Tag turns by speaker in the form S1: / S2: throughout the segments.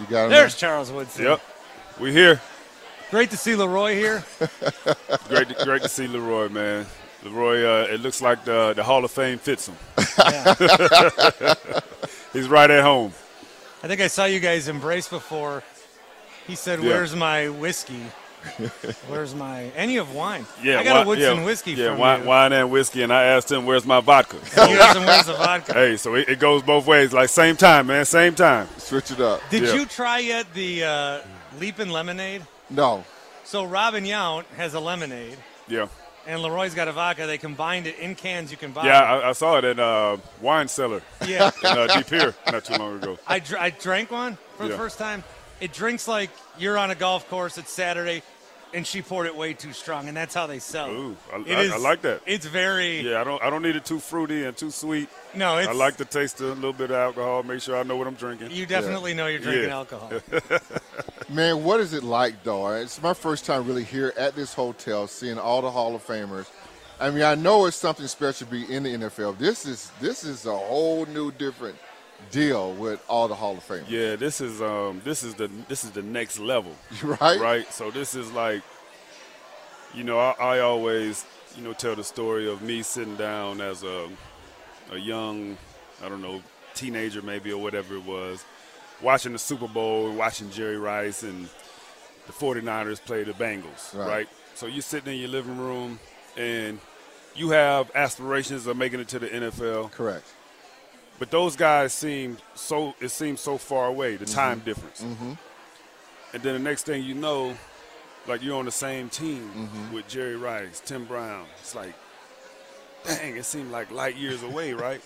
S1: You got him.
S2: There's Charles Woodson.
S3: Yep. We here.
S2: Great to see Leroy here.
S3: Great, to, great to see Leroy, man. Leroy, uh, it looks like the, the Hall of Fame fits him.
S2: Yeah.
S3: He's right at home.
S2: I think I saw you guys embrace before. He said,
S3: Yeah.
S2: "Where's my whiskey? Where's my any of wine?
S3: Yeah,
S2: I got
S3: wi-
S2: a Woodson
S3: yeah,
S2: whiskey
S3: Yeah,
S2: from
S3: wine,
S2: you.
S3: wine and whiskey, and I asked him, "Where's my vodka?" So,
S2: You have some where's the vodka?
S3: hey, so it, it goes both ways. Like same time, man. Same time.
S1: Switch it up.
S2: Did
S3: Yeah.
S2: you try yet the uh, Leapin' Lemonade?
S1: No.
S2: So Robin Yount has a lemonade,
S3: Yeah.
S2: and Leroy's got a vodka. They combined it in cans you can buy.
S3: Yeah, I, I saw it at uh, wine cellar
S2: yeah.
S3: in uh, Deep Pier not too long ago.
S2: I, dr- I drank one for the
S3: Yeah.
S2: first time. It drinks like you're on a golf course. It's Saturday, and she poured it way too strong, and that's how they sell. it.
S3: Ooh, I-
S2: It
S3: I- I like that.
S2: It's very
S3: Yeah, I don't. I don't need it too fruity and too sweet.
S2: no. It's
S3: I like to taste a little bit of alcohol. Make sure I know what I'm drinking.
S2: You definitely know you're drinking
S3: Yeah.
S2: alcohol.
S1: Man, what is it like, though? It's my first time really here at this hotel, seeing all the Hall of Famers. I mean, I know it's something special to be in the NFL. This is this is a whole new, different deal with all the Hall of Famers,
S3: Yeah, this is um, this is the this is the next level.
S1: right?
S3: right? So this is like, you know, I, I always, you know, tell the story of me sitting down as a, a young, I don't know, teenager maybe or whatever it was, watching the Super Bowl and watching Jerry Rice and the 49ers play the Bengals,
S1: Right.
S3: right? So you're sitting in your living room and you have aspirations of making it to the NFL,
S1: Correct.
S3: but those guys seem so it seems so far away, the time difference. And then the next thing you know, like you're on the same team with Jerry Rice, Tim Brown. It's like, dang, it seemed like light years away, right?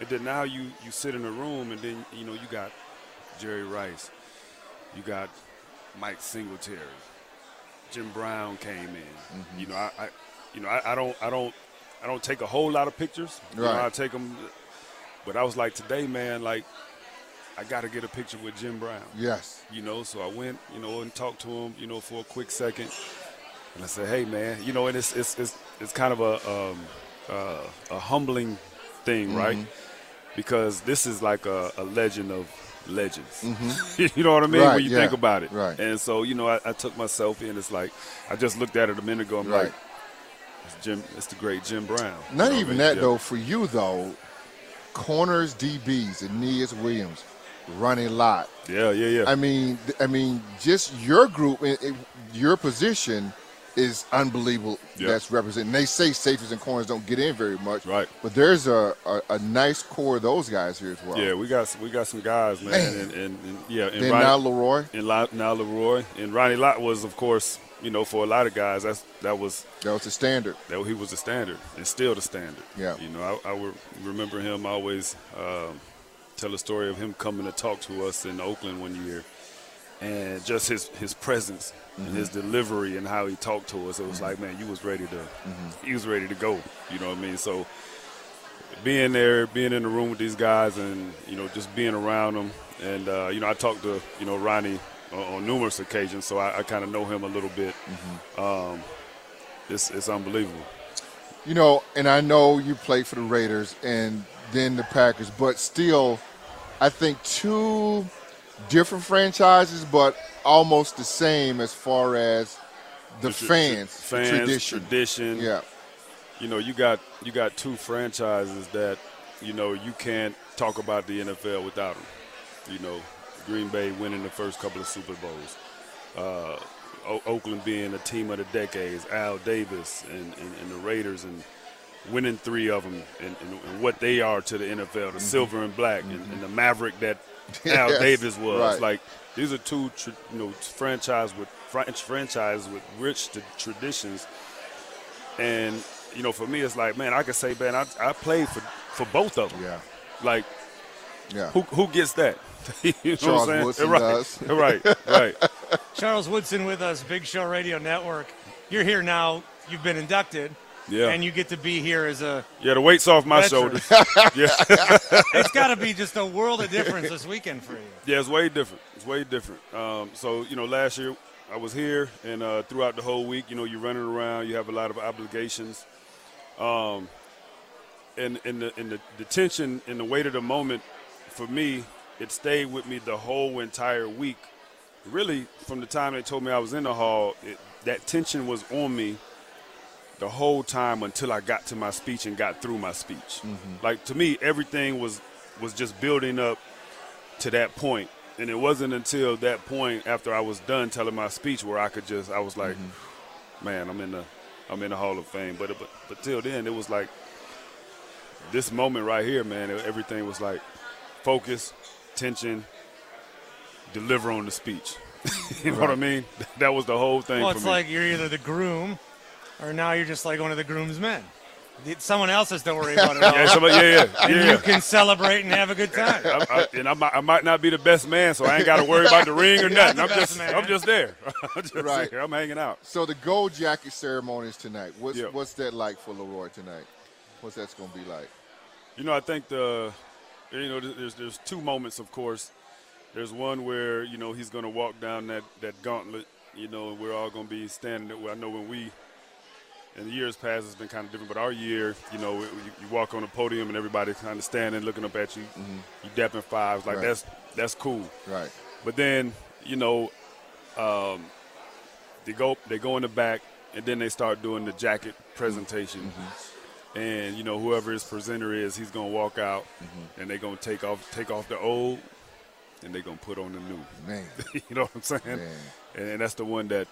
S3: And then now you you sit in a room and then you know you got Jerry Rice, you got Mike Singletary, Jim Brown came in. You know, I, I you know I, I don't I don't I don't take a whole lot of pictures. You know,
S1: Right.
S3: I take them, but I was like today, man, like I got to get a picture with Jim Brown
S1: Yes.
S3: you know. So I went, you know, and talked to him, you know, for a quick second, and I said, "Hey, man, you know," and it's it's it's, it's kind of a um, uh, a humbling thing,
S1: Mm-hmm.
S3: right? Because this is like a, a legend of legends. you know what I mean?
S1: Mm-hmm. Right,
S3: when you
S1: yeah,
S3: think about it,
S1: right.
S3: And so, you know, I, I took myself in. It's like I just looked at it a minute ago. I'm
S1: Right.
S3: like, it's Jim, it's the great Jim Brown. You know
S1: Not
S3: what I
S1: even
S3: mean?
S1: that
S3: Yeah.
S1: though. For you though, corners, DBs, Aeneas Williams, running lot.
S3: Yeah, yeah, yeah.
S1: I mean, th- I mean, just your group, i- i- your position is unbelievable.
S3: Yeah.
S1: That's represented. And they say safeties and corners don't get in very much,
S3: Right.
S1: But there's a, a, a nice core of those guys here as well.
S3: yeah, we got we got some guys, man,
S1: Man.
S3: And, and, and yeah, and
S1: Then
S3: Ronnie-
S1: now Leroy,
S3: and La- now Leroy and Ronnie Lott was, of course, you know, for a lot of guys, that's that was
S1: that was the standard.
S3: that he was the standard and still the standard.
S1: Yeah.
S3: you know, I, I would remember him I always um, tell a story of him coming to talk to us in Oakland one year, and just his his presence and his delivery and how he talked to us. It was like, man, you was ready to, he was ready to go. You know what I mean? So being there, being in the room with these guys, and you know, just being around them. And uh, you know, I talked to you know Ronnie on, on numerous occasions, so I, I kind of know him a little bit. Um, it's it's unbelievable.
S1: You know, and I know you played for the Raiders and then the Packers, but still, I think two different franchises, but almost the same as far as the,
S3: Tr- tr-
S1: fans,
S3: fans,
S1: tradition.
S3: tradition.
S1: Yeah,
S3: you know, you got you got two franchises that you know you can't talk about the NFL without them. You know, Green Bay winning the first couple of Super Bowls, uh, o- Oakland being a team of the decades, Al Davis and, and, and the Raiders and winning three of them and, and, and what they are to the NFL, the silver and black, and, and the maverick that Al
S1: Mm-hmm. Yes,
S3: Davis was.
S1: right.
S3: Like these are two, tr you know, franchise with fran- franchise with rich t- traditions, and you know, for me, it's like, man, I could say, man, I, I played for for both of them.
S1: yeah,
S3: Like
S1: yeah.
S3: who who gets that? you know
S1: Charles
S3: what I'm
S1: Woodson
S3: saying? right,
S1: does.
S3: right, right.
S2: Charles Woodson with us, Big Show Radio Network. You're here now. You've been inducted,
S3: Yeah,
S2: and you get to be here as a.
S3: yeah. The weight's off my
S2: veteran.
S3: shoulders. yeah.
S2: It's got to be just a world of difference this weekend for you.
S3: Yeah, it's way different. It's way different. Um, so you know, last year I was here, and uh, throughout the whole week, you know, you're running around. You have a lot of obligations, um, and and the and the, the tension and the weight of the moment for me it stayed with me the whole entire week. Really, from the time they told me I was in the hall, it, that tension was on me the whole time until I got to my speech and got through my speech. Like to me, everything was was just building up to that point, and it wasn't until that point after I was done telling my speech where I could just I was like, man, I'm in the I'm in the Hall of Fame. But but but till then, it was like this moment right here, man. e-, Everything was like focus, tension, deliver on the speech. you know what I mean? That was the whole thing.
S2: Well,
S3: for
S2: it's
S3: me.
S2: like you're either the groom, or now you're just like one of the groom's men. Someone else has to worry about it. all.
S3: yeah, somebody, yeah, yeah, yeah.
S2: You can celebrate and have a good time.
S3: I, I, and I might, I might not be the best man, so I ain't got to worry about the ring or nothing. I'm
S2: the best
S3: just,
S2: man.
S3: I'm just there. I'm just
S1: Right.
S3: there. I'm hanging out.
S1: So the gold jacket ceremony is tonight. What's
S3: Yeah.
S1: what's that like for Leroy tonight? What's that's going to be like?
S3: You know, I think the, you know, there's there's two moments, of course. There's one where you know he's going to walk down that that gauntlet, you know, and we're all going to be standing. There. Well, I know when we, in the years past, it's been kind of different, but our year, you know, you, you walk on the podium and everybody kind of standing, looking up at you,
S2: Mm-hmm.
S3: you dapping fives, like
S1: Right.
S3: that's that's cool.
S1: Right.
S3: But then, you know, um, they go they go in the back, and then they start doing the jacket presentation. And you know, whoever his presenter is, he's gonna walk out, and they're gonna take off take off the old, and they're gonna put on the new.
S1: Man.
S3: you know what I'm saying?
S1: Man.
S3: And, and that's the one that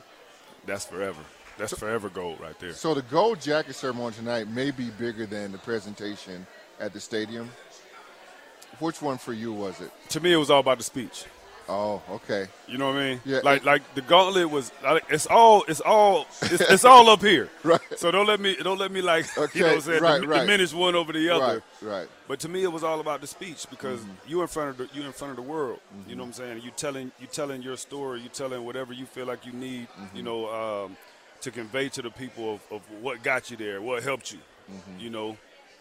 S3: that's forever. That's forever gold right there.
S1: So the gold jacket ceremony tonight may be bigger than the presentation at the stadium. Which one for you was it?
S3: To me, it was all about the speech.
S1: Oh, okay.
S3: You know what I mean?
S1: Yeah.
S3: Like like the gauntlet was like it's all it's all it's, it's all up here.
S1: Right.
S3: So don't let me don't let me like
S1: Okay,
S3: you know what I'm saying
S1: right,
S3: dim-
S1: right.
S3: diminish one over the other.
S1: Right, right.
S3: But to me it was all about the speech because you in front of the, you in front of the world. You know what I'm saying? You telling you telling your story, you telling whatever you feel like you need, you know, um, to convey to the people of, of what got you there, what helped you. You know,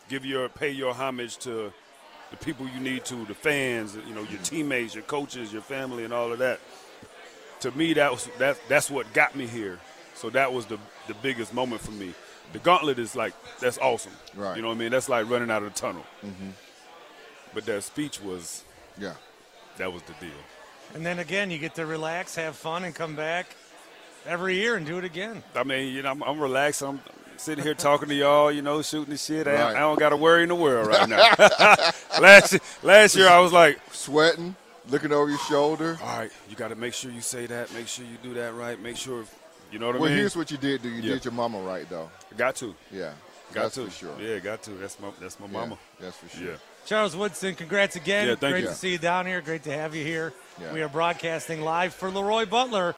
S3: give your pay your homage to the people you need to, the fans, you know, your teammates, your coaches, your family, and all of that to me that was that that's what got me here. So that was the the biggest moment for me. The gauntlet is like that's awesome.
S1: Right.
S3: You know what I mean? That's like running out of the tunnel. Mm-hmm. But that speech was
S1: Yeah.
S3: that was the deal.
S2: And then again, you get to relax, have fun, and come back every year and do it again.
S3: I mean, you know, I'm, I'm relaxed. I'm sitting here talking to y'all. You know, shooting the shit. I,
S1: Right.
S3: I don't got a worry in the world right now. last last year I was like,
S1: Sweating, looking over your shoulder.
S3: all right, you got to make sure you say that. Make sure you do that right. Make sure. You know what
S1: Well,
S3: I mean?
S1: here's what you did. Do you
S3: Yeah.
S1: did your mama right though?
S3: got to.
S1: Yeah.
S3: Got
S1: that's
S3: to.
S1: for sure.
S3: Yeah, got to. That's my that's my
S1: Yeah,
S3: mama.
S1: That's for sure.
S3: Yeah.
S2: Charles Woodson, congrats again.
S3: Yeah, thank
S2: Great
S3: you.
S2: to see you down here. Great to have you here.
S1: Yeah.
S2: We are broadcasting live for Leroy Butler.